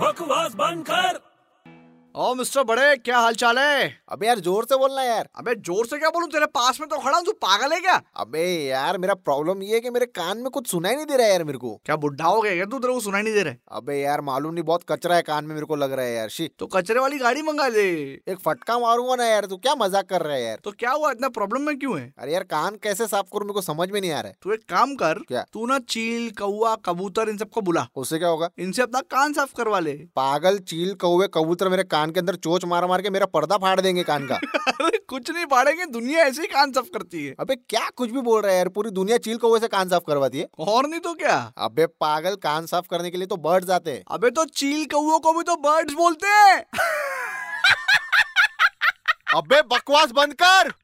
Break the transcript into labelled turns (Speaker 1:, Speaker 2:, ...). Speaker 1: बकवास बंद कर
Speaker 2: ओ मिस्टर बड़े क्या हाल चाल है
Speaker 3: अबे यार जोर से बोलना यार
Speaker 2: अबे जोर से क्या बोलूं तेरे पास में तो खड़ा हूं तू पागल है क्या
Speaker 3: अबे यार मेरा प्रॉब्लम ये है कि मेरे कान में कुछ सुनाई नहीं दे रहा है यार मेरे को
Speaker 2: क्या बुढ़ा हो गया क्या तू तेरे को सुनाई नहीं दे रहा है
Speaker 3: अबे यार मालूम नहीं बहुत कचरा है कान में मेरे को लग रहा है यार शी
Speaker 2: तो कचरे वाली गाड़ी मंगा ले
Speaker 3: एक फटका मारूंगा ना यार तू क्या मजाक कर रहा है यार
Speaker 2: तो क्या हुआ इतना प्रॉब्लम में क्यों है
Speaker 3: अरे यार कान कैसे साफ करूं मेरे को समझ में नहीं आ रहा है
Speaker 2: तू एक काम कर
Speaker 3: क्या?
Speaker 2: तू ना चील कौआ कबूतर इन सबको बुला
Speaker 3: उससे क्या होगा
Speaker 2: इनसे अपना कान साफ करवा ले
Speaker 3: पागल चील कौवे कबूतर मेरे कान के अंदर चोच मार मार के मेरा पर्दा फाड़ देंगे कान का
Speaker 2: अरे कुछ नहीं पाड़ेंगे दुनिया ऐसे ही कान साफ करती है
Speaker 3: अबे क्या कुछ भी बोल रहा है यार पूरी दुनिया चील कौवे से कान साफ करवाती है
Speaker 2: और नहीं तो क्या
Speaker 3: अबे पागल कान साफ करने के लिए तो बर्ड्स आते हैं
Speaker 2: अबे तो चील कौओ को भी तो बर्ड्स बोलते हैं
Speaker 3: अबे बकवास बंद कर